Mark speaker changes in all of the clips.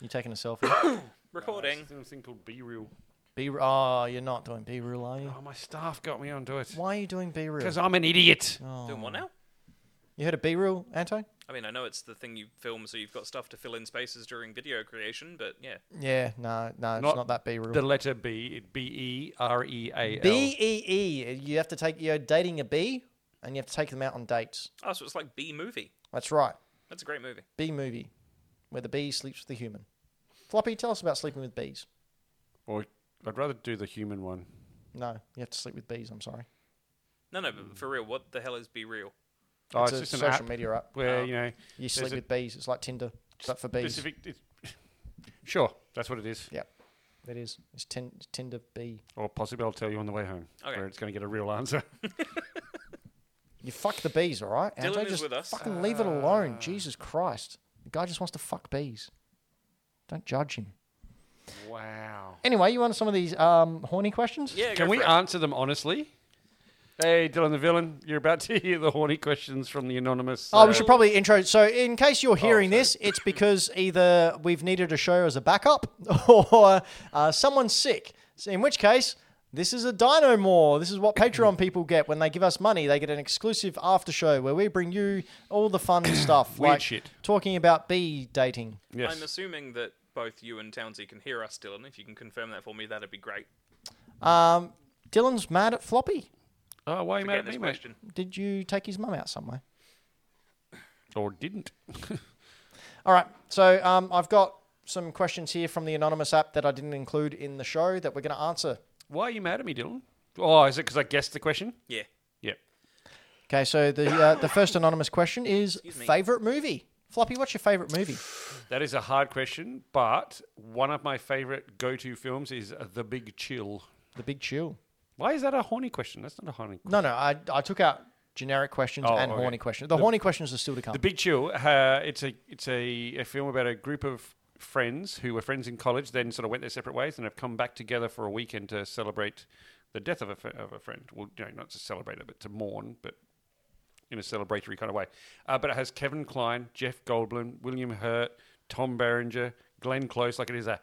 Speaker 1: You taking a selfie?
Speaker 2: Recording.
Speaker 3: something called B Real.
Speaker 1: B. Oh, you're not doing B rule, are you?
Speaker 3: Oh, my staff got me onto it.
Speaker 1: Why are you doing B rule?
Speaker 3: Because I'm an idiot.
Speaker 2: Doing
Speaker 3: Oh.
Speaker 2: what now?
Speaker 1: You heard of B rule, Anto?
Speaker 2: I mean, I know it's the thing you film, so you've got stuff to fill in spaces during video creation, but yeah.
Speaker 1: Yeah, no, no, it's
Speaker 3: Not
Speaker 1: not that B rule.
Speaker 3: The letter B, B E R E A L.
Speaker 1: B E E. You have to take you're dating a bee, and you have to take them out on dates.
Speaker 2: Oh, so it's like B movie.
Speaker 1: That's right.
Speaker 2: That's a great movie.
Speaker 1: Bee movie, where the bee sleeps with the human. Floppy, tell us about sleeping with bees.
Speaker 3: Or I'd rather do the human one.
Speaker 1: No, you have to sleep with bees. I'm sorry.
Speaker 2: No, no, but for real, what the hell is Be Real?
Speaker 3: Oh,
Speaker 1: it's
Speaker 3: it's,
Speaker 1: a
Speaker 3: just an
Speaker 1: social
Speaker 3: app
Speaker 1: media app.
Speaker 3: where
Speaker 2: Oh.
Speaker 3: you know
Speaker 1: You
Speaker 3: there's
Speaker 1: sleep
Speaker 3: a
Speaker 1: with bees. It's like Tinder, but for bees.
Speaker 3: specific. it's- sure, that's what it is.
Speaker 1: Yep, it is. It's tin- Tinder bee.
Speaker 3: Or possibly I'll tell you on the way home,
Speaker 2: Okay.
Speaker 3: where it's going to get a real answer.
Speaker 1: You fuck the bees, all right?
Speaker 2: Dylan
Speaker 1: Anto,
Speaker 2: is
Speaker 1: just
Speaker 2: with us. Ah.
Speaker 1: Fucking leave it alone. Jesus Christ. The guy just wants to fuck bees. Don't judge him.
Speaker 3: wow.
Speaker 1: Anyway, you want some of these um, horny questions?
Speaker 2: Yeah,
Speaker 3: Can
Speaker 2: go
Speaker 3: we
Speaker 2: for it.
Speaker 3: answer them honestly? Hey, Dylan the villain, you're about to hear the horny questions from the anonymous.
Speaker 1: Oh,
Speaker 3: uh,
Speaker 1: we should probably intro. So, in case
Speaker 2: Oh,
Speaker 1: you're hearing this, it's because either we've needed a show as a backup or uh, someone's sick. So in which case, this is a Dino More. This is what Patreon people get when they give us money. They get an exclusive after show where we bring you all the fun stuff.
Speaker 3: Weird
Speaker 1: like
Speaker 3: shit.
Speaker 1: Talking about bee dating.
Speaker 3: Yes.
Speaker 2: I'm assuming that both you and Townsy can hear us, Dylan. If you can confirm that for me, that'd be great.
Speaker 1: Um, Dylan's mad at Floppy.
Speaker 3: oh, why are you mad
Speaker 2: Forget
Speaker 3: at me,
Speaker 2: this
Speaker 3: mate?
Speaker 2: question.
Speaker 1: Did you take his mum out somewhere?
Speaker 3: Or didn't?
Speaker 1: All right. So um, I've got some questions here from the anonymous app that I didn't include in the show that we're going to answer.
Speaker 3: Why are you mad at me, Dylan? Oh, is it because I guessed the question?
Speaker 2: Yeah.
Speaker 3: Yep.
Speaker 1: Okay. So the uh, the first anonymous question is
Speaker 2: me.
Speaker 1: favorite movie. Floppy, what's your favorite movie?
Speaker 3: That is a hard question, but one of my favorite go-to films is uh, The Big Chill.
Speaker 1: The Big Chill.
Speaker 3: Why is that a horny question? That's not a horny.
Speaker 1: No, no. I I took out generic questions
Speaker 3: Oh,
Speaker 1: and
Speaker 3: okay.
Speaker 1: horny questions. The, horny questions are still to come.
Speaker 3: The Big Chill. Uh, it's a it's a, a film about a group of friends who were friends in college, then sort of went their separate ways, and have come back together for a weekend to celebrate the death of a fr- of a friend. Well, you know, not to celebrate it, but to mourn, but in a celebratory kind of way. Uh, but it has Kevin Kline, Jeff Goldblum, William Hurt, Tom Berenger, Glenn Close. Like it is a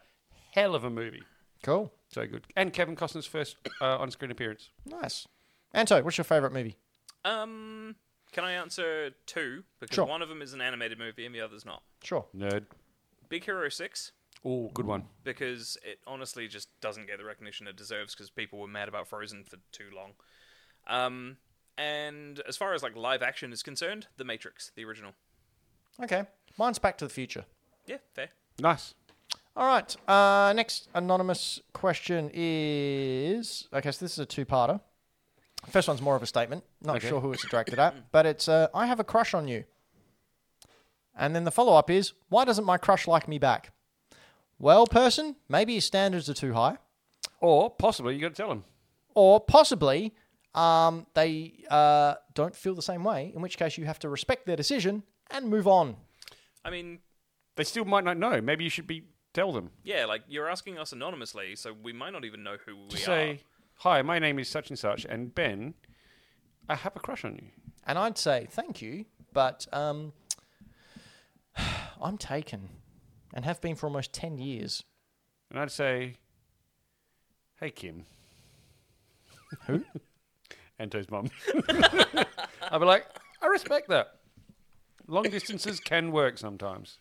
Speaker 3: hell of a movie.
Speaker 1: cool.
Speaker 3: So good. And Kevin Costner's first uh, on-screen appearance.
Speaker 1: Nice. Anto, what's your favorite movie?
Speaker 2: Um, can I answer two? Because
Speaker 1: Sure.
Speaker 2: one of them is an animated movie and the other's not.
Speaker 1: Sure.
Speaker 3: Nerd.
Speaker 2: Big Hero 6,
Speaker 3: Oh, good one.
Speaker 2: because it honestly just doesn't get the recognition it deserves because people were mad about Frozen for too long. Um, and as far as like live action is concerned, The Matrix, the original.
Speaker 1: Okay. Mine's Back to the Future.
Speaker 2: Yeah, fair.
Speaker 3: Nice.
Speaker 1: All right. Uh, next anonymous question is okay. So this is a two-parter. First one's more of a statement. Not
Speaker 3: Okay.
Speaker 1: sure who it's directed at, but it's uh, I have a crush on you. And then the follow-up is why doesn't my crush like me back? Well, person, maybe your standards are too high,
Speaker 3: Or possibly you got to tell him.
Speaker 1: or possibly um, they uh, don't feel the same way. In which case, you have to respect their decision and move on.
Speaker 2: I mean,
Speaker 3: They still might not know. Maybe you should be tell them.
Speaker 2: yeah, like you're asking us anonymously, so we might not even know who we
Speaker 3: Just
Speaker 2: are.
Speaker 3: say, "Hi, my name is such and such, and Ben, I have a crush on you."
Speaker 1: And I'd say thank you, but um, I'm taken and have been for almost 10 years.
Speaker 3: And I'd say, "Hey, Kim."
Speaker 1: Who?
Speaker 3: Anto's mum. I'd be like, "I respect that. Long distances can work sometimes.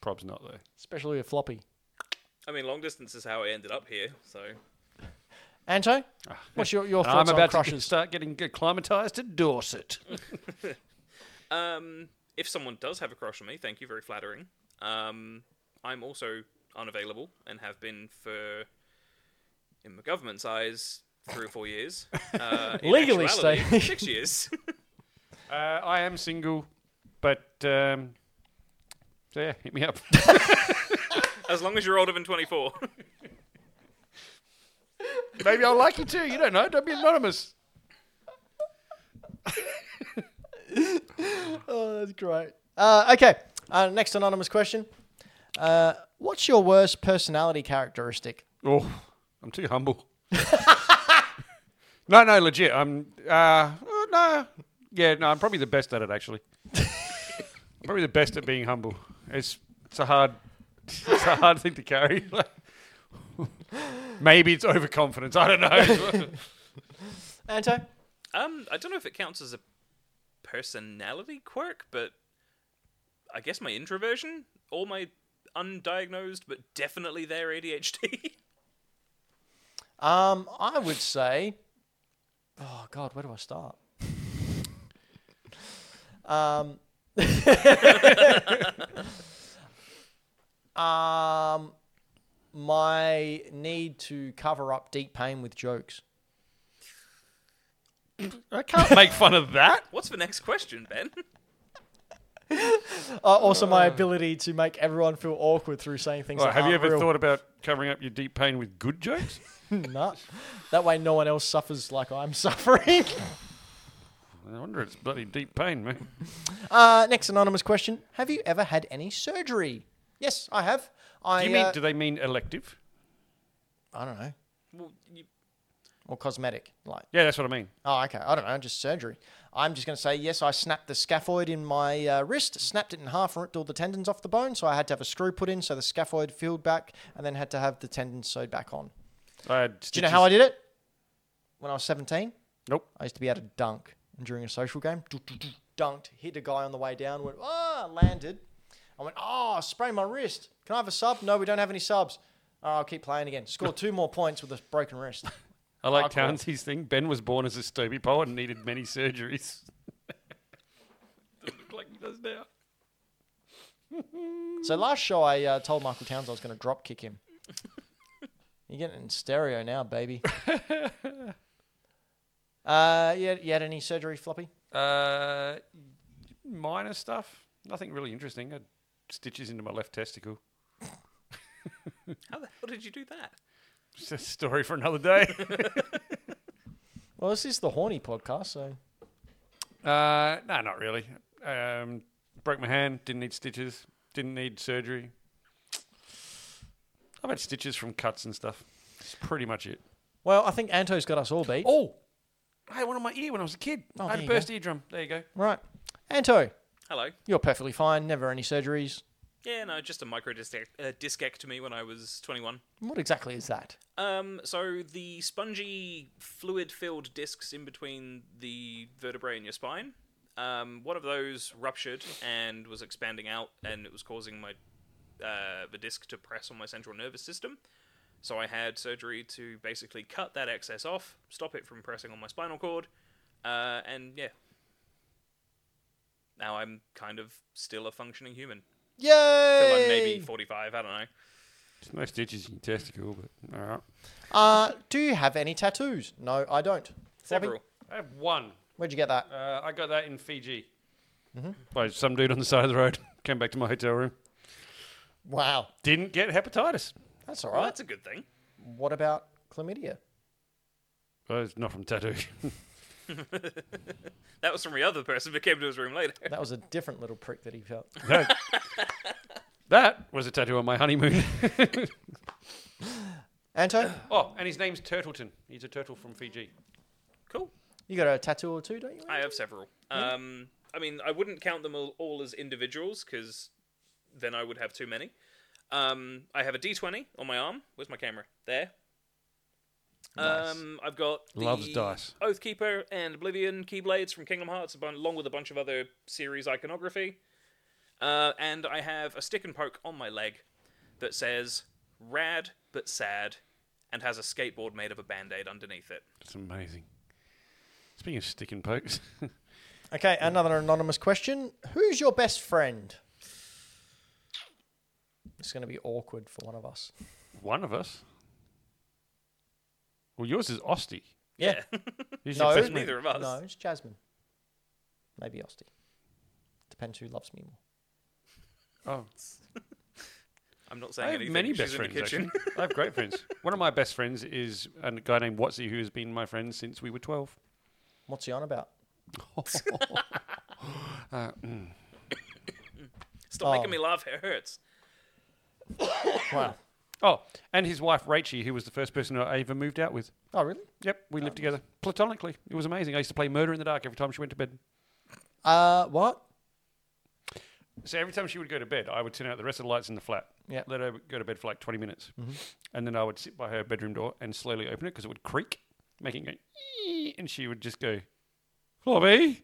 Speaker 3: Prob's not though."
Speaker 1: Especially with Floppy.
Speaker 2: I mean, long distance is how I ended up here, so
Speaker 1: Anto, what's your, your
Speaker 3: And Ah. I'm
Speaker 1: thoughts on
Speaker 3: about to
Speaker 1: crushes?
Speaker 3: start getting acclimatized to Dorset.
Speaker 2: Um, if someone does have a crush on me, thank you, very flattering. Um, I'm also unavailable and have been for, in the government's eyes, three or four years. Uh, in
Speaker 1: Legally
Speaker 2: actuality,
Speaker 1: stay-
Speaker 2: six years.
Speaker 3: Uh, I am single, but um, so yeah, hit me up.
Speaker 2: as long as you're older than 24.
Speaker 3: Maybe I'll like you too. You don't know. Don't be anonymous.
Speaker 1: oh, that's great. Uh, okay, uh, next anonymous question. Uh, what's your worst personality characteristic?
Speaker 3: Oh, I'm too humble. no, no, legit. I'm. Uh, oh, no, yeah, no. I'm probably the best at it. Actually, I'm probably the best at being humble. It's it's a hard it's a hard thing to carry. Maybe it's overconfidence. I don't know.
Speaker 1: Anto?
Speaker 2: Um, I don't know if it counts as a personality quirk, but I guess my introversion or my undiagnosed but definitely there ADHD.
Speaker 1: Um, I would say. Oh God, where do I start? um. um, my need to cover up deep pain with jokes.
Speaker 3: I can't make fun of that.
Speaker 2: What's the next question, Ben?
Speaker 1: Uh, also, my ability to make everyone feel awkward through saying things.
Speaker 3: Well,
Speaker 1: that
Speaker 3: have you
Speaker 1: aren't
Speaker 3: ever
Speaker 1: real.
Speaker 3: thought about covering up your deep pain with good jokes?
Speaker 1: Nah. That way, no one else suffers like I'm suffering.
Speaker 3: I wonder it's bloody deep pain, man.
Speaker 1: Uh, next anonymous question: Have you ever had any surgery? Yes, I have. I
Speaker 3: Do you mean?
Speaker 1: uh,
Speaker 3: Do they mean elective?
Speaker 1: I don't know,
Speaker 2: Well, you,
Speaker 1: or cosmetic, like
Speaker 3: Yeah, that's what I mean.
Speaker 1: oh, okay, I don't know, just surgery. I'm just going to say yes. I snapped the scaphoid in my uh, wrist, snapped it in half, ripped all the tendons off the bone, so I had to have a screw put in, so the scaphoid filled back, and then had to have the tendons sewed back on.
Speaker 3: I had
Speaker 1: Do you know how I did it? When I was 17,
Speaker 3: Nope.
Speaker 1: I used to be able to dunk and during a social game. do, do, do, Dunked, hit a guy on the way down, went, ah, landed. I went, oh, I sprained my wrist. Can I have a sub? No, we don't have any subs. All right, I'll keep playing again. Scored two more points with a broken wrist.
Speaker 3: I like
Speaker 1: Hardcore.
Speaker 3: Townsie's thing. Ben was born as a stoby pole and needed many surgeries. Doesn't look like he does now.
Speaker 1: so last show, I uh, told Michael Towns I was going to drop kick him. You're getting it in stereo now, baby. uh, you, had, you had any surgery, Floppy?
Speaker 3: Uh, minor stuff. Nothing really interesting. I had stitches into my left testicle.
Speaker 2: how the hell did you do that?
Speaker 3: It's a story for another day.
Speaker 1: Well, this is the horny podcast, so
Speaker 3: uh, no, not really. Um, broke my hand. Didn't need stitches. Didn't need surgery. I've had stitches from cuts and stuff. That's pretty much it.
Speaker 1: well, I think Anto's got us all beat.
Speaker 3: Oh, I had one on my ear when I was a kid.
Speaker 1: Oh,
Speaker 3: I had
Speaker 1: there
Speaker 3: a
Speaker 1: you go.
Speaker 3: burst eardrum. There you go.
Speaker 1: Right, Anto,
Speaker 2: Hello.
Speaker 1: you're perfectly fine. Never any surgeries.
Speaker 2: Yeah, no, just a micro discec- uh, discectomy when I was 21.
Speaker 1: What exactly is that?
Speaker 2: Um, so the spongy, fluid-filled discs in between the vertebrae in your spine. Um, one of those ruptured and was expanding out, and it was causing my uh, the disc to press on my central nervous system. So I had surgery to basically cut that excess off, stop it from pressing on my spinal cord, uh, and yeah. Now I'm kind of still a functioning human.
Speaker 1: Yay!
Speaker 2: Till I'm maybe 45, I don't know.
Speaker 3: There's no stitches in your testicle, but all right.
Speaker 1: Uh, do you have any tattoos? No, I don't. Floppy,
Speaker 2: Several.
Speaker 3: I have one.
Speaker 1: Where'd you get that?
Speaker 3: Uh, I got that in Fiji
Speaker 1: Mm-hmm.
Speaker 3: by some dude on the side of the road. Came back to my hotel room.
Speaker 1: Wow,
Speaker 3: Didn't get hepatitis.
Speaker 1: that's all
Speaker 2: Well,
Speaker 1: right.
Speaker 2: Oh, that's a good thing.
Speaker 1: What about chlamydia?
Speaker 3: Well, it's not from tattoo.
Speaker 2: That was from the other person who came to his room later.
Speaker 1: That was a different little prick that he felt.
Speaker 3: no. That was a tattoo on my honeymoon.
Speaker 1: Anto,
Speaker 3: oh, and his name's Turtleton. He's a turtle from Fiji.
Speaker 2: Cool.
Speaker 1: you got a tattoo or two, don't you?
Speaker 2: I have several. Um, I mean, I wouldn't count them all, all as individuals because then I would have too many. Um, I have a D20 on my arm. Where's my camera? There. Um, I've got the
Speaker 3: Loves dice.
Speaker 2: Oathkeeper and Oblivion Keyblades from Kingdom Hearts, abon- along with a bunch of other series iconography. Uh, and I have a stick and poke on my leg that says "rad but sad," and has a skateboard made of a band-aid underneath it.
Speaker 3: It's amazing. Speaking of stick and pokes,
Speaker 1: Okay, another anonymous question. Who's your best friend? It's going to be awkward for one of us.
Speaker 3: one of us. Well, yours is Ostie.
Speaker 1: Yeah.
Speaker 3: He's
Speaker 1: No,
Speaker 3: your best mate.
Speaker 2: Neither of us.
Speaker 1: No, it's Jasmine. Maybe Ostie. Depends who loves me more.
Speaker 3: Oh,
Speaker 2: I'm not saying
Speaker 3: I have
Speaker 2: anything.
Speaker 3: many
Speaker 2: She's
Speaker 3: best
Speaker 2: in
Speaker 3: friends.
Speaker 2: the kitchen.
Speaker 3: Actually. I have great friends. One of my best friends is a guy named Watsy, who has been my friend since we were twelve.
Speaker 1: What's he on about?
Speaker 2: Stop
Speaker 1: Oh.
Speaker 2: making me laugh. It hurts.
Speaker 1: Wow.
Speaker 3: Oh, and his wife Rachie, who was the first person I ever moved out with.
Speaker 1: Oh, really?
Speaker 3: Yep, we lived together platonically. It was amazing. I used to play Murder in the Dark every time she went to bed.
Speaker 1: Uh, what?
Speaker 3: so every time she would go to bed, I would turn out the rest of the lights in the flat.
Speaker 1: Yeah.
Speaker 3: Let her go to bed for like 20 minutes. And then I would sit by her bedroom door and slowly open it because it would creak, making a "ee," and she would just go, Floppy,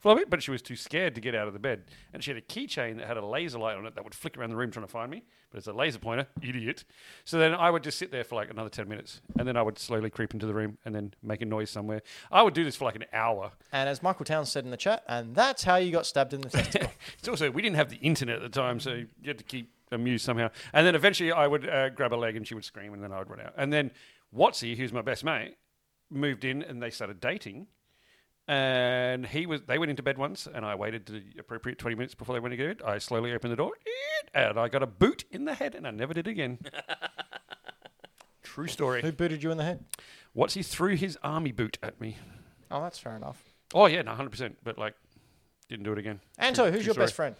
Speaker 3: Floppy. But she was too scared to get out of the bed. And she had a keychain that had a laser light on it that would flick around the room trying to find me. But it's a laser pointer, idiot. So then I would just sit there for like another 10 minutes. And then I would slowly creep into the room and then make a noise somewhere. I would do this for like an hour.
Speaker 1: And as Michael Towns said in the chat, and that's how you got stabbed in the testicle.
Speaker 3: It's also we didn't have the internet at the time, so you had to keep amused somehow. And then eventually, I would uh, grab a leg, and she would scream, and then I would run out. And then Watsy, who's my best mate, moved in, and they started dating. And he was they went into bed once, and I waited the appropriate twenty minutes before they went to bed. I slowly opened the door, and I got a boot in the head, and I never did again. True story.
Speaker 1: Who booted you in the head?
Speaker 3: Watsy threw his army boot at me.
Speaker 1: Oh, that's fair enough.
Speaker 3: Oh yeah, one hundred percent. But like, didn't do it again.
Speaker 1: Anto, who's
Speaker 3: true
Speaker 1: your best
Speaker 3: story.
Speaker 1: friend?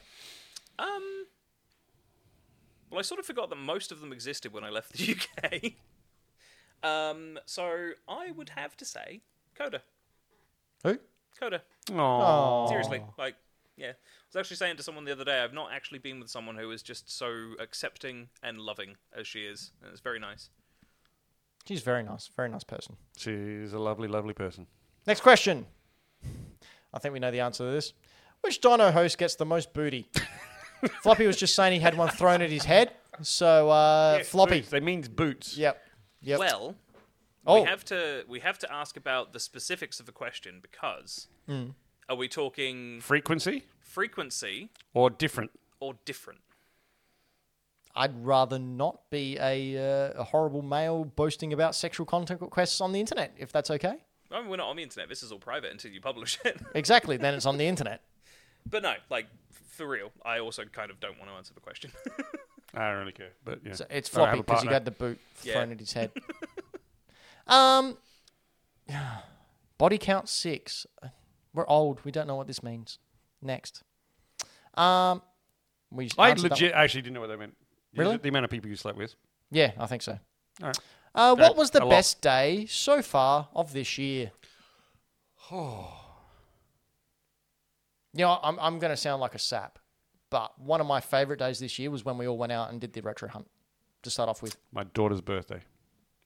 Speaker 2: Um. Well, I sort of forgot that most of them existed when I left the UK. um, so I would have to say Coda.
Speaker 1: Who?
Speaker 2: Coda.
Speaker 3: Aww.
Speaker 2: Seriously, like, yeah. I was actually saying to someone the other day, I've not actually been with someone who is just so accepting and loving as she is, and it's very nice.
Speaker 1: She's very nice. Very nice person.
Speaker 3: She's a lovely, lovely person.
Speaker 1: Next question. I think we know the answer to this. Which dino host gets the most booty? Floppy was just saying he had one thrown at his head. So, uh, Floppy.
Speaker 3: Boots. They means boots.
Speaker 1: Yep. Yep.
Speaker 2: Well,
Speaker 1: oh,
Speaker 2: we have to we have to ask about the specifics of the question because
Speaker 3: Hmm.
Speaker 2: are we talking
Speaker 3: Frequency
Speaker 2: frequency
Speaker 3: or different?
Speaker 2: or different?
Speaker 1: I'd rather not be a, uh, a horrible male boasting about sexual content requests on the internet, if that's okay.
Speaker 2: I mean, we're not on the internet. This is all private until you publish it.
Speaker 1: Exactly. then it's on the internet.
Speaker 2: but no, like f- for real, I also kind of don't want to answer the question.
Speaker 3: I don't really care, but yeah.
Speaker 1: So it's
Speaker 3: I don't have
Speaker 1: floppy
Speaker 3: a
Speaker 1: because he
Speaker 3: partner.
Speaker 1: got the boot
Speaker 2: Yeah.
Speaker 1: thrown at his head. um, body count six. We're old. We don't know what this means. Next. Um, we
Speaker 3: I
Speaker 1: answered that
Speaker 3: legit
Speaker 1: one.
Speaker 3: actually didn't know what that meant. Is
Speaker 1: Really?
Speaker 3: it The amount of people you slept with.
Speaker 1: Yeah, I think so.
Speaker 3: All right.
Speaker 1: Uh, what was the
Speaker 3: a lot.
Speaker 1: best day so far of this year? you know, I'm I'm going to sound like a sap, but one of my favorite days this year was when we all went out and did the retro hunt to start off with.
Speaker 3: My daughter's birthday.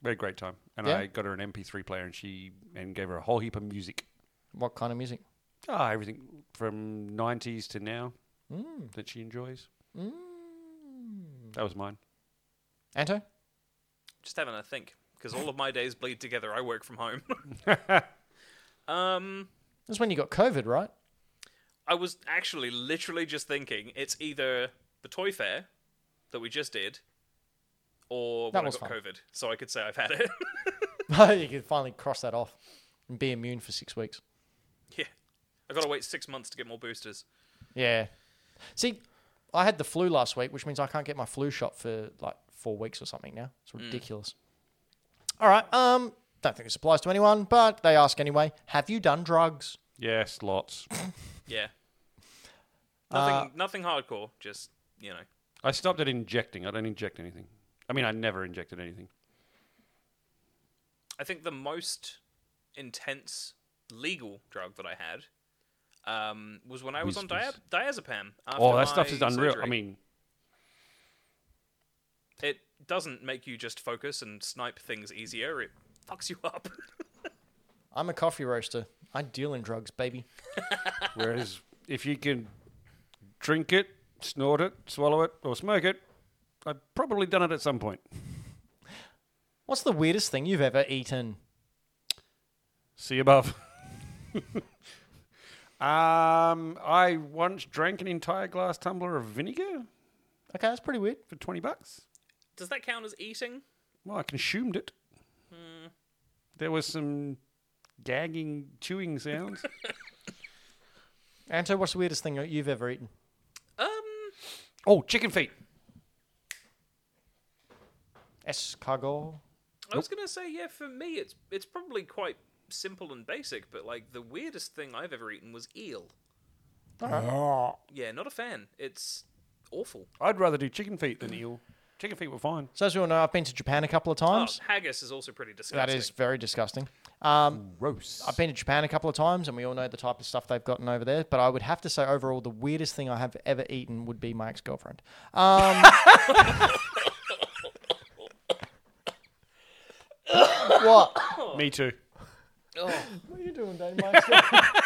Speaker 3: We had a great time, and
Speaker 1: Yeah?
Speaker 3: I got her an MP3 player, and she and gave her a whole heap of music.
Speaker 1: What kind of music?
Speaker 3: Ah, everything from '90s to now
Speaker 1: Mm.
Speaker 3: that she enjoys. That was mine.
Speaker 1: Anto?
Speaker 2: just having a think because all of my days bleed together. I work from home. um,
Speaker 1: That's when you got COVID, right?
Speaker 2: I was actually literally just thinking it's either the toy fair that we just did, or
Speaker 1: That
Speaker 2: when I
Speaker 1: was
Speaker 2: got
Speaker 1: fun.
Speaker 2: COVID, so I could say I've had it.
Speaker 1: you can finally cross that off and be immune for six weeks.
Speaker 2: yeah, I got to wait six months to get more boosters.
Speaker 1: Yeah. See, I had the flu last week, which means I can't get my flu shot for like four weeks or something now. It's ridiculous. All right. Um, don't think this applies to anyone, but they ask anyway. Have you done drugs?
Speaker 3: Yes, lots.
Speaker 2: Yeah, nothing, nothing hardcore. Just you know,
Speaker 3: I stopped at injecting. I don't inject anything. I mean, I never injected anything.
Speaker 2: I think the most intense legal drug that I had um, was when I was
Speaker 3: Whiz,
Speaker 2: on
Speaker 3: whiz.
Speaker 2: dia- diazepam. After
Speaker 3: oh, that stuff
Speaker 2: my
Speaker 3: is unreal.
Speaker 2: surgery.
Speaker 3: I mean,
Speaker 2: it doesn't make you just focus and snipe things easier. It fucks you up.
Speaker 1: I'm a coffee roaster. I deal in drugs, baby.
Speaker 3: Whereas if you can drink it, snort it, swallow it, or smoke it, I've probably done it at some point.
Speaker 1: What's the weirdest thing you've ever eaten?
Speaker 3: See above. um, I once drank an entire glass tumbler of vinegar
Speaker 1: Okay, that's pretty weird.
Speaker 3: for 20 bucks.
Speaker 2: Does that count as eating?
Speaker 3: Well, I consumed it. Hmm. There was some gagging, chewing sounds.
Speaker 1: Anto, what's the weirdest thing you've ever eaten?
Speaker 2: Um,
Speaker 3: oh, chicken feet.
Speaker 1: Escargot.
Speaker 2: I was gonna say yeah. For me, it's it's probably quite simple and basic, but like the weirdest thing I've ever eaten was eel.
Speaker 3: Ah,
Speaker 2: Yeah, not a fan. It's awful.
Speaker 3: I'd rather do chicken feet than eel. Chicken feet were fine.
Speaker 1: So as we all know, I've been to Japan a couple of
Speaker 2: Oh,
Speaker 1: times.
Speaker 2: haggis is also pretty disgusting.
Speaker 1: that is very disgusting. Um,
Speaker 3: Gross.
Speaker 1: I've been to Japan a couple of times, and we all know the type of stuff they've gotten over there. But I would have to say, overall, the weirdest thing I have ever eaten would be my ex-girlfriend. Um, what?
Speaker 3: Me too.
Speaker 1: What are you doing, Dave? My ex-girlfriend-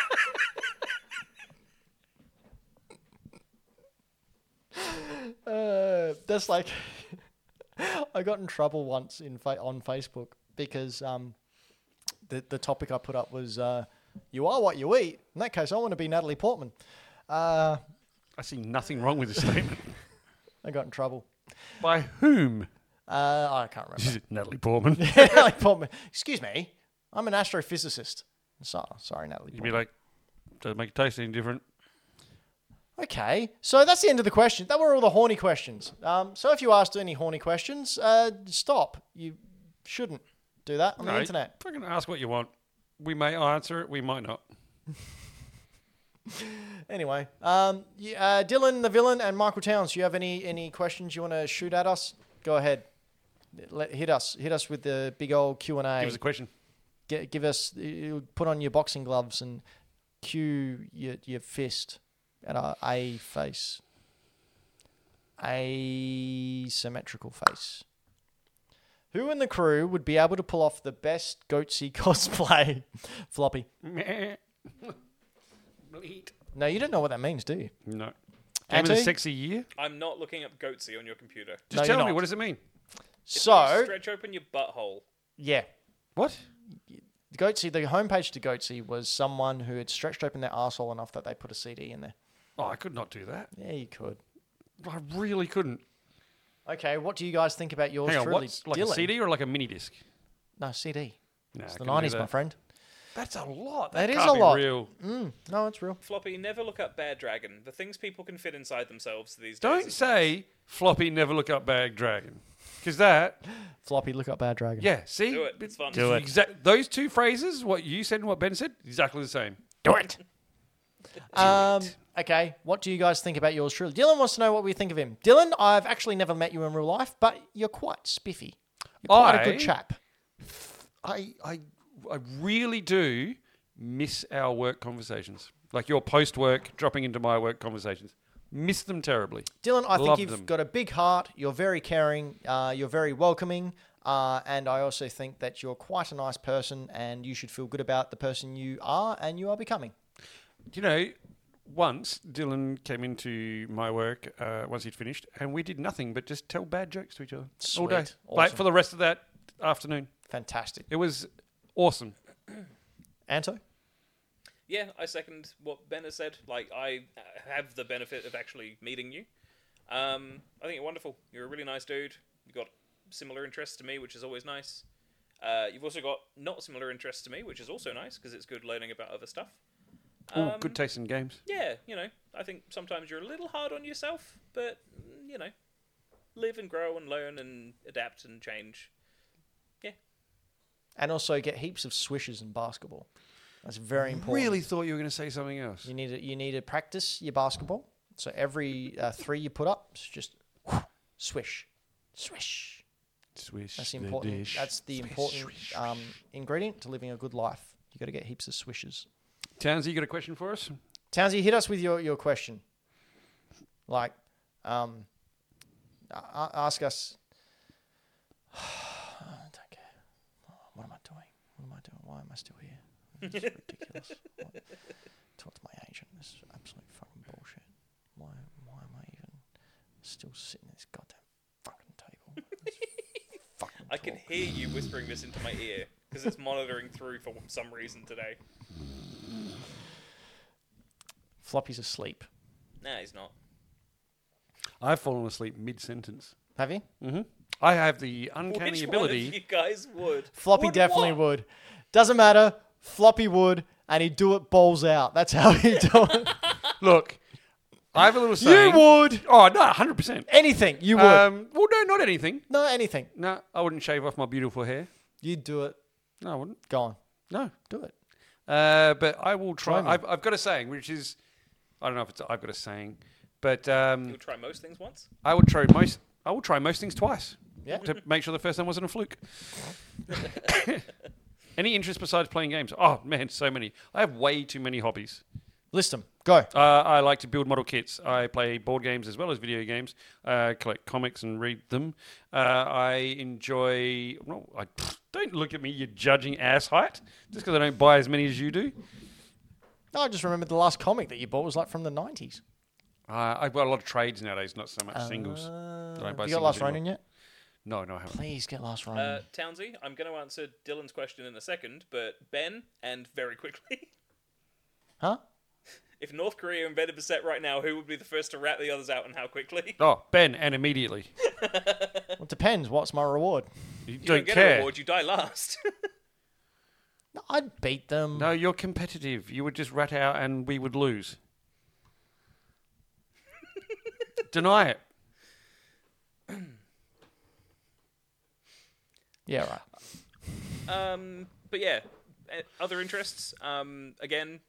Speaker 1: uh, that's like I got in trouble once in fa- on Facebook because um, the the topic I put up was uh, you are what you eat. In that case, I want to be Natalie Portman. Uh,
Speaker 3: I see nothing wrong with this statement.
Speaker 1: I got in trouble.
Speaker 3: By whom?
Speaker 1: Uh, I can't remember.
Speaker 3: Is it Natalie Portman?
Speaker 1: Natalie Portman. Excuse me, I'm an astrophysicist. So, sorry, Natalie.
Speaker 3: You'd be like, doesn't make it taste any different.
Speaker 1: Okay, so that's the end of the question. That were all the horny questions. Um, so if you asked any horny questions, uh, stop. You shouldn't do that on
Speaker 3: No,
Speaker 1: the internet.
Speaker 3: Fucking ask what you want. We may answer it. We might not.
Speaker 1: Anyway, um, y- uh, Dylan the villain and Michael Towns. You have any any questions you want to shoot at us? Go ahead. Let, hit us. Hit us with the big old Q and
Speaker 3: Give us
Speaker 1: A.
Speaker 3: a question.
Speaker 1: Get- Give us. you- Put on your boxing gloves and cue your, your fist at our A face. Asymmetrical face. Who in the crew would be able to pull off the best goatsy cosplay? Floppy.
Speaker 3: Meh. Bleat.
Speaker 1: No, you don't know what that means, do you?
Speaker 3: No. Game of
Speaker 1: Anto?
Speaker 3: the sexy year.
Speaker 2: I'm not looking up goatsy on your computer.
Speaker 1: No,
Speaker 3: Just
Speaker 1: you're
Speaker 3: tell me
Speaker 1: not.
Speaker 3: what does it mean.
Speaker 1: So,
Speaker 2: stretch open your butthole.
Speaker 1: yeah.
Speaker 3: What?
Speaker 1: Goatsy, the homepage to Goatsy was someone who had stretched open their arsehole enough that they put a CD in there.
Speaker 3: Oh, I could not do that.
Speaker 1: Yeah, you could.
Speaker 3: I really couldn't.
Speaker 1: Okay, what do you guys think about yours
Speaker 3: Hang on,
Speaker 1: truly?
Speaker 3: what's like
Speaker 1: Dylan?
Speaker 3: a CD or like a mini disc?
Speaker 1: No, CD.
Speaker 3: No,
Speaker 1: It's the 90s, my friend.
Speaker 3: That's a lot.
Speaker 1: That
Speaker 3: That
Speaker 1: is
Speaker 3: can't
Speaker 1: a
Speaker 3: be
Speaker 1: lot.
Speaker 3: Real.
Speaker 1: Mm, no, it's real.
Speaker 2: Floppy, never look up Bear Dragon. The things people can fit inside themselves these days.
Speaker 3: Don't
Speaker 2: is-
Speaker 3: say floppy. Never look up bag dragon, because that
Speaker 1: Floppy, look up Bad Dragon.
Speaker 3: yeah. See,
Speaker 2: Do it. It's fun.
Speaker 3: Do it. Exact, those two phrases, what you said and what Ben said, exactly the same.
Speaker 1: Do it. Um, okay, what do you guys think about yours truly? Dylan wants to know what we think of him. Dylan, I've actually never met you in real life, but you're quite spiffy. You're quite a
Speaker 3: I-
Speaker 1: good chap.
Speaker 3: I, I, I really do miss our work conversations, like your post work dropping into my work conversations. Miss them terribly.
Speaker 1: Dylan, I think
Speaker 3: Love
Speaker 1: you've
Speaker 3: them.
Speaker 1: got a big heart. You're very caring. Uh, you're very welcoming. Uh, and I also think that you're quite a nice person and you should feel good about the person you are and you are becoming.
Speaker 3: You know, once Dylan came into my work uh, once he'd finished, and we did nothing but just tell bad jokes to each other all day,
Speaker 1: Sweet.
Speaker 3: like
Speaker 1: Awesome.
Speaker 3: for the rest of that afternoon.
Speaker 1: Fantastic.
Speaker 3: It was awesome.
Speaker 1: Anto?
Speaker 2: Yeah, I second what Ben has said. Like, I uh, have the benefit of actually meeting you. Um, I think you're wonderful. You're a really nice dude. You've got similar interests to me, which is always nice. Uh, you've also got not similar interests to me, which is also nice because it's good learning about other stuff.
Speaker 3: Oh,
Speaker 2: Um,
Speaker 3: good taste in games.
Speaker 2: Yeah, you know, I think sometimes you're a little hard on yourself, but mm, you know, live and grow and learn and adapt and change.
Speaker 1: And also get heaps of swishes in basketball. That's very important.
Speaker 3: Really thought you were going to say something else.
Speaker 1: You need to, you need to practice your basketball. So every uh, three you put up, it's just swish, swish.
Speaker 3: Swish.
Speaker 1: That's the important. That's the important um, ingredient to living a good life. You got to get heaps of swishes.
Speaker 3: Townsy, you got a question for us?
Speaker 1: Townsy, hit us with your, your question. Like, um, a- a- ask us. I don't care. What am I doing? What am I doing? Why am I still here? This is ridiculous. What? Talk to my agent. This is absolute fucking bullshit. Why, why am I even still sitting at this goddamn fucking table? Let's fucking
Speaker 2: I can
Speaker 1: talk.
Speaker 2: hear you whispering this into my ear because it's monitoring through for some reason today.
Speaker 1: Floppy's asleep.
Speaker 2: Nah, he's not.
Speaker 3: I've fallen asleep mid sentence.
Speaker 1: Have you?
Speaker 3: Mm-hmm. I have the uncanny
Speaker 2: Which one of you
Speaker 3: ability.
Speaker 2: guys would?
Speaker 1: Floppy
Speaker 2: Would
Speaker 1: definitely
Speaker 2: what?
Speaker 1: would. Doesn't matter. Floppy would, and he'd do it balls out. That's how he do it.
Speaker 3: Look, I have a little saying.
Speaker 1: you would.
Speaker 3: Oh, no, 100%.
Speaker 1: Anything. You would.
Speaker 3: Um, well, no, not anything.
Speaker 1: no, anything.
Speaker 3: No, I wouldn't shave off my beautiful hair.
Speaker 1: You'd do it.
Speaker 3: No, I wouldn't.
Speaker 1: Go on.
Speaker 3: No.
Speaker 1: Do it.
Speaker 3: Uh, but I will
Speaker 1: Try
Speaker 3: try.
Speaker 1: me.
Speaker 3: I've, I've got a saying, which is, I don't know if it's, I've got a saying, but um,
Speaker 2: You'll try most things once.
Speaker 3: I would try most I will try most things twice.
Speaker 1: Yeah.
Speaker 3: To make sure the first time wasn't a fluke. Any interest besides playing games? Oh man, so many. I have way too many hobbies.
Speaker 1: List them. Go.
Speaker 3: Uh, I like to build model kits. I play board games as well as video games. I collect comics and read them. Uh, I enjoy. Well, I, don't look at me, you judging ass height, just because I don't buy as many as you do.
Speaker 1: No, I just remembered the last comic that you bought was like from the 90s.
Speaker 3: Uh, I've got a lot of trades nowadays, not so much singles.
Speaker 1: Uh,
Speaker 3: Don't buy
Speaker 1: have you got
Speaker 3: singles
Speaker 1: Last
Speaker 3: anymore.
Speaker 1: Ronin yet?
Speaker 3: No, no, I haven't.
Speaker 1: Please get Last Ronin.
Speaker 2: Uh, Townsley, I'm going to answer Dylan's question in a second, but Ben, and very quickly.
Speaker 1: huh?
Speaker 2: If North Korea invented the set right now, who would be the first to rat the others out and how quickly?
Speaker 3: Oh, Ben, and immediately.
Speaker 1: Well, it depends. What's my reward?
Speaker 3: You,
Speaker 2: You
Speaker 3: don't,
Speaker 2: get
Speaker 3: care.
Speaker 2: a reward, you die last.
Speaker 1: No, I'd beat them.
Speaker 3: No, you're competitive. You would just rat out and we would lose. Deny it.
Speaker 1: Yeah, right.
Speaker 2: um, but yeah, eh, other interests. Um, again,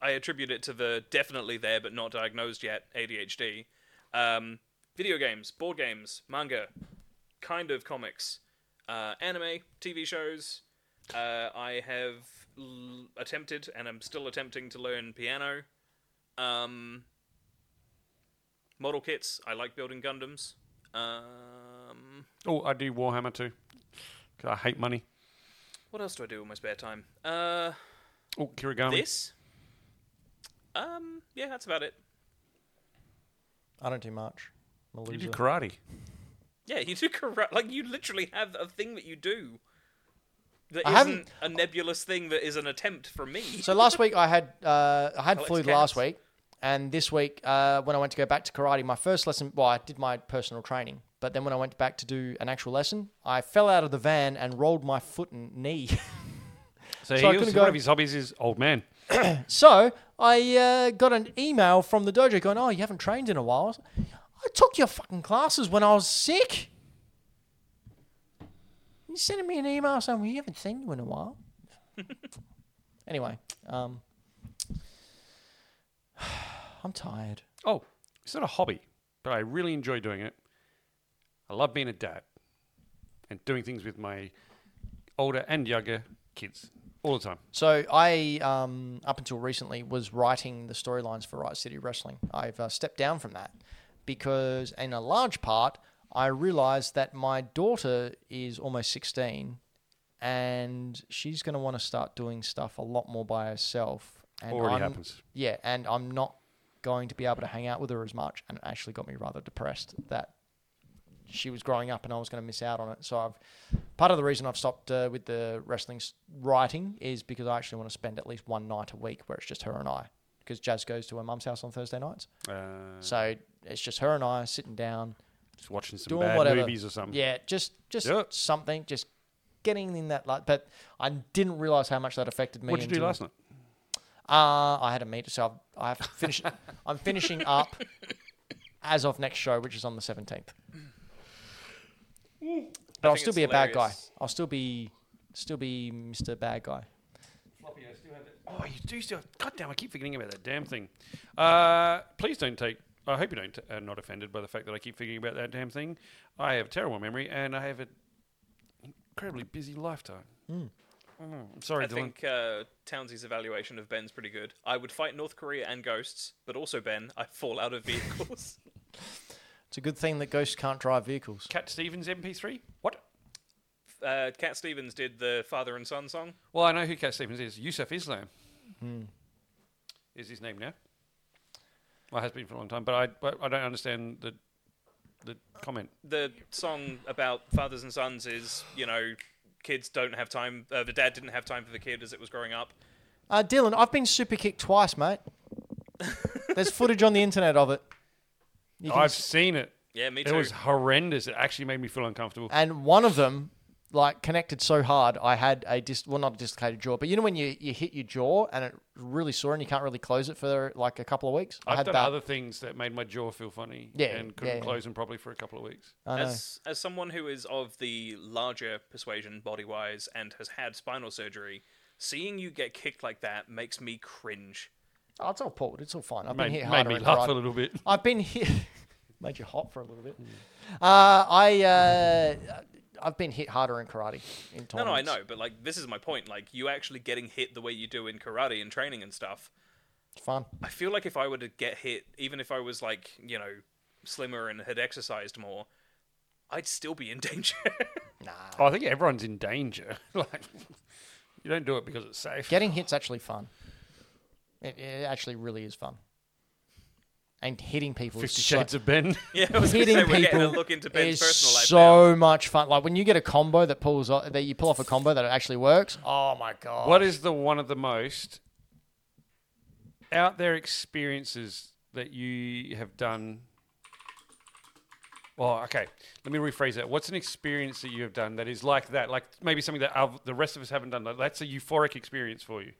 Speaker 2: I attribute it to the definitely there but not diagnosed yet ADHD. Um, video games, board games, manga, kind of comics, uh, anime, TV shows. Uh, I have l- attempted and I'm still attempting to learn piano. Um, model kits. I like building Gundams. Um,
Speaker 3: Oh, I do Warhammer too. 'Cause I hate money.
Speaker 2: what else do I do in my spare time? Uh,
Speaker 3: Oh, Kirigami.
Speaker 2: this. Um, yeah, that's about it.
Speaker 1: I don't do much. I'm a
Speaker 3: You do
Speaker 1: loser.
Speaker 3: karate.
Speaker 2: Yeah, you do corrupt. Like you literally have a thing that you do. That
Speaker 1: I haven't-
Speaker 2: isn't a nebulous thing that is an attempt from me.
Speaker 1: so last week I had uh, I had
Speaker 2: Collect
Speaker 1: flu
Speaker 2: cats.
Speaker 1: last week, and this week uh, when I went to go back to karate, my first lesson. Well, I did my personal training, but then when I went back to do an actual lesson, I fell out of the van and rolled my foot and knee.
Speaker 3: So,
Speaker 1: I
Speaker 3: he
Speaker 1: couldn't
Speaker 3: also,
Speaker 1: go-
Speaker 3: one of his hobbies is old man.
Speaker 1: So I uh, got an email from the dojo going, "Oh, you haven't trained in a while." I, was like, I took your fucking classes when I was sick. You sending me an email saying we haven't seen you in a while. anyway, um, I'm tired.
Speaker 3: Oh, it's not a hobby, but I really enjoy doing it. I love being a dad and doing things with my older and younger kids all the time.
Speaker 1: So I, um, up until recently, was writing the storylines for Right City Wrestling. I've uh, stepped down from that because, in a large part, I realised that my daughter is almost sixteen, and she's going to want to start doing stuff a lot more by herself. And
Speaker 3: Already
Speaker 1: I'm-
Speaker 3: happens.
Speaker 1: Yeah, and I'm not going to be able to hang out with her as much, and it actually got me rather depressed that she was growing up and I was going to miss out on it. So I've part of the reason I've stopped uh, with the wrestling s- writing is because I actually want to spend at least one night a week where it's just her and I. Because Jazz goes to her mum's house on Thursday nights,
Speaker 3: Uh,
Speaker 1: so it's just her and I sitting down,
Speaker 3: just watching some
Speaker 1: doing
Speaker 3: bad
Speaker 1: whatever.
Speaker 3: movies or something.
Speaker 1: Yeah, just just
Speaker 3: Mm. Yeah.
Speaker 1: something, just getting in that light. But I didn't realize how much that affected me.
Speaker 3: What did you do
Speaker 1: until-
Speaker 3: last night?
Speaker 1: uh, I had a meet, so I've, I have finished. I'm finishing up as of next show, which is on the 17th. But I'll
Speaker 2: think
Speaker 1: still
Speaker 2: it's
Speaker 1: be a bad guy.
Speaker 2: hilarious.
Speaker 1: I'll still be, still be Mr. Bad Guy.
Speaker 3: Floppy, I still have it. Oh, you do still. God damn, I keep forgetting about that damn thing. Uh, please don't take. I hope you don't. T- are not offended by the fact that I keep forgetting about that damn thing. I have a terrible memory, and I have an incredibly busy lifetime.
Speaker 1: Hmm.
Speaker 3: Mm, I'm sorry,
Speaker 2: I
Speaker 3: Dylan.
Speaker 2: think uh, Townsley's evaluation of Ben's pretty good. I would fight North Korea and ghosts, but also Ben, I fall out of vehicles.
Speaker 1: It's a good thing that ghosts can't drive vehicles.
Speaker 3: Cat Stevens MP3. What?
Speaker 2: uh, Cat Stevens did the father and son song.
Speaker 3: Well, I know who Cat Stevens is. Yusuf Islam
Speaker 1: Hmm.
Speaker 3: is his name now. Well, it has been for a long time, but I but I don't understand the the comment.
Speaker 2: the song about fathers and sons is you know kids don't have time uh, the dad didn't have time for the kid as it was growing up
Speaker 1: Uh, Dylan, I've been super kicked twice, mate. There's footage on the internet of it. You can
Speaker 3: I've
Speaker 1: s-
Speaker 3: seen it.
Speaker 2: yeah me
Speaker 3: It
Speaker 2: too
Speaker 3: was horrendous. It actually made me feel uncomfortable.
Speaker 1: and one of them like connected so hard I had a dis well not a dislocated jaw, but you know when you, you hit your jaw and it really sore and you can't really close it for like a couple of weeks. I
Speaker 3: I've
Speaker 1: had
Speaker 3: done
Speaker 1: that.
Speaker 3: other things that made my jaw feel funny
Speaker 1: Yeah,
Speaker 3: and couldn't
Speaker 1: yeah, yeah.
Speaker 3: close them properly for a couple of weeks.
Speaker 1: I know.
Speaker 2: as as someone who is of the larger persuasion body wise and has had spinal surgery seeing you get kicked like that makes me cringe
Speaker 1: Oh, it's all pulled. It's all fine. I've been
Speaker 3: Made,
Speaker 1: hit
Speaker 3: made
Speaker 1: harder.
Speaker 3: me
Speaker 1: in
Speaker 3: laugh
Speaker 1: karate.
Speaker 3: a little bit.
Speaker 1: I've been hit. Made you hot for a little bit. Uh, I uh, I've been hit harder in karate in
Speaker 2: No, no, I
Speaker 1: tournaments.
Speaker 2: know, but like this is my point. Like you actually getting hit the way you do in karate and training and stuff.
Speaker 1: It's fun.
Speaker 2: I feel like if I were to get hit, even if I was like you know slimmer and had exercised more, I'd still be in danger.
Speaker 1: Nah.
Speaker 3: Oh, I think everyone's in danger. like, you don't do it because it's safe.
Speaker 1: Getting hit's actually fun. It, it actually really is fun. And hitting people
Speaker 3: Fifty
Speaker 1: is so-
Speaker 3: Shades of Ben.
Speaker 2: yeah, I was gonna
Speaker 1: hitting
Speaker 2: say, we're
Speaker 1: people
Speaker 2: getting a look into Ben's
Speaker 1: is
Speaker 2: personal life now.
Speaker 1: so much fun. Like when you get a combo that pulls off, that you pull off a combo that actually works. Oh my god!
Speaker 3: What is the one of the most out there experiences that you have done? Well, okay. Let me rephrase that. What's an experience that you have done that is like that? Like maybe something that i the rest of us haven't done. Like that's a euphoric experience for you.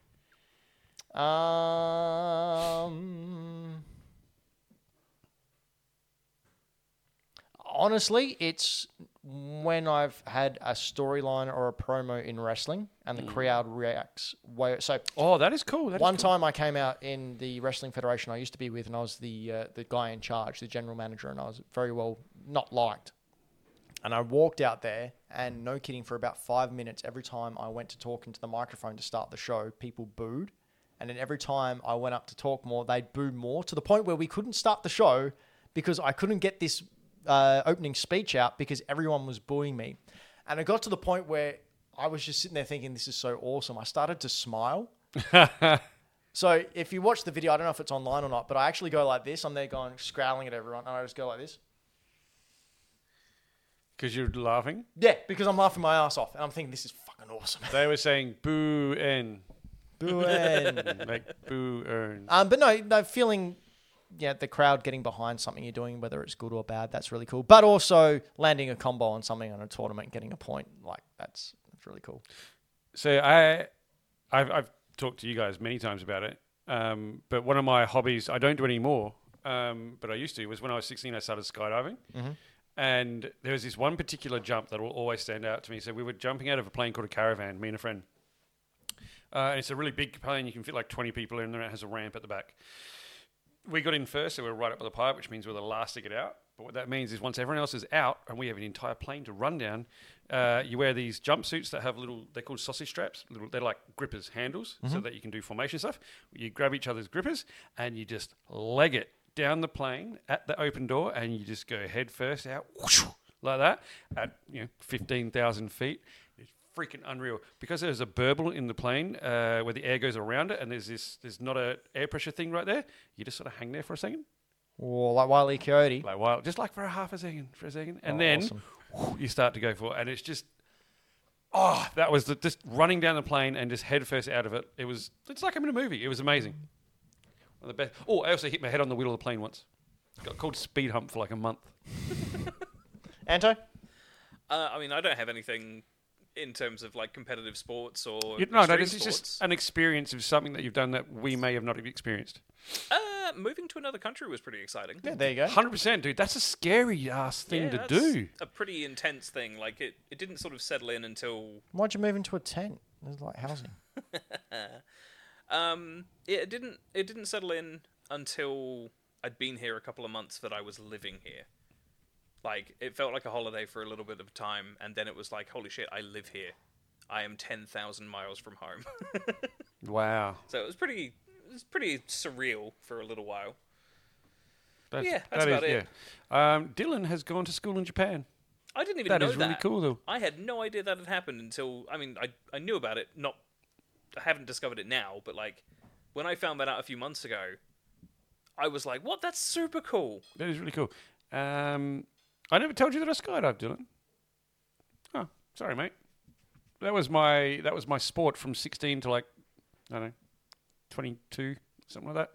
Speaker 1: Um, honestly, it's when I've had a storyline or a promo in wrestling and
Speaker 2: Hmm.
Speaker 1: the crowd reacts. Way, so
Speaker 3: Oh, that is cool. That is
Speaker 1: one
Speaker 3: cool.
Speaker 1: time I came out in the wrestling federation I used to be with, and I was the uh, the guy in charge, the general manager, and I was very well not liked. And I walked out there, and no kidding, for about five minutes, every time I went to talk into the microphone to start the show, people booed. And then every time I went up to talk more, they'd boo more to the point where we couldn't start the show because I couldn't get this uh, opening speech out because everyone was booing me. And it got to the point where I was just sitting there thinking, this is so awesome. I started to smile. So if you watch the video, I don't know if it's online or not, but I actually go like this. I'm there going scowling at everyone, and I just go like this.
Speaker 3: because you're laughing.
Speaker 1: Yeah, because I'm laughing my ass off, and I'm thinking this is fucking awesome.
Speaker 3: They were saying boo and
Speaker 1: Booing.
Speaker 3: like boo and
Speaker 1: um, but no, no feeling. Yeah, the crowd getting behind something you're doing, whether it's good or bad, that's really cool. But also landing a combo on something on a tournament, and getting a point, like that's that's really cool.
Speaker 3: So I, I've, I've talked to you guys many times about it. Um, but one of my hobbies I don't do anymore, um, but I used to was when I was 16 I started skydiving, and there was this one particular jump that will always stand out to me. So we were jumping out of a plane called a Caravan, me and a friend. Uh, and it's a really big plane. You can fit like 20 people in there. It has a ramp at the back. We got in first, so we are right up at the pipe, which means we're the last to get out. But what that means is once everyone else is out and we have an entire plane to run down, uh, you wear these jumpsuits that have little, they're called sausage straps. Little, they're like grippers, handles, so that you can do formation stuff. You grab each other's grippers and you just leg it down the plane at the open door and you just go head first out whoosh, like that at you know, 15,000 feet. It's freaking unreal because there's a burble in the plane uh, where the air goes around it, and there's this there's not a air pressure thing right there. You just sort of hang there for a second,
Speaker 1: Or like Wiley Coyote.
Speaker 3: like while just like for a half a second, for a second, and
Speaker 1: Oh,
Speaker 3: then
Speaker 1: awesome.
Speaker 3: whew, you start to go for it, and it's just. Oh, that was the, just running down the plane and just head first out of it. It was, it's like I'm in a movie. It was amazing. One of the best. Oh, I also hit my head on the wheel of the plane once. Got called speed hump for like a month.
Speaker 1: Anto,
Speaker 2: Uh, I mean, I don't have anything in terms of like competitive sports or
Speaker 3: You- no, no,
Speaker 2: extreme
Speaker 3: this is
Speaker 2: sports.
Speaker 3: just an experience of something that you've done that we may have not experienced.
Speaker 2: Uh, moving to another country was pretty exciting.
Speaker 1: yeah, there you go.
Speaker 3: Hundred percent, dude. That's a scary ass thing
Speaker 2: Yeah,
Speaker 3: to
Speaker 2: that's
Speaker 3: do.
Speaker 2: A pretty intense thing. Like it, it didn't sort of settle in until
Speaker 1: Why'd you move into a tent? There's like housing.
Speaker 2: um it it didn't it didn't settle in until I'd been here a couple of months that I was living here. Like it felt like a holiday for a little bit of time and then it was like holy shit, I live here. I am 10,000 miles from home.
Speaker 3: Wow,
Speaker 2: so it was pretty it was pretty surreal for a little while.
Speaker 3: that's,
Speaker 2: Yeah, that's
Speaker 3: that is-
Speaker 2: about it.
Speaker 3: Yeah. Um, Dylan has gone to school in Japan.
Speaker 2: I didn't even
Speaker 3: That
Speaker 2: know
Speaker 3: is really
Speaker 2: that.
Speaker 3: cool, though.
Speaker 2: I had no idea that had happened until I mean I I knew about it not I haven't discovered it now but like when I found that out a few months ago I was like what that's super cool
Speaker 3: That is really cool. Um, I never told you that I skydived, Dylan. Oh, sorry, mate. That was my that was my sport from sixteen to like I don't know twenty two something like that.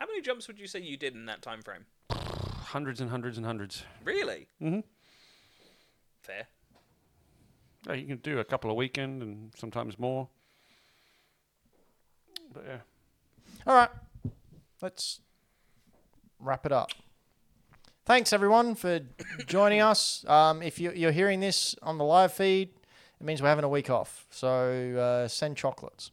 Speaker 2: how many jumps would you say you did in that time frame
Speaker 3: Hundreds and hundreds and hundreds.
Speaker 2: really
Speaker 3: Mhm.
Speaker 2: fair
Speaker 3: Yeah, you can do a couple a weekend and sometimes more. But yeah.
Speaker 1: All right. Let's wrap it up. Thanks, everyone, for joining us. Um, if you, you're hearing this on the live feed, it means we're having a week off. So uh, send chocolates.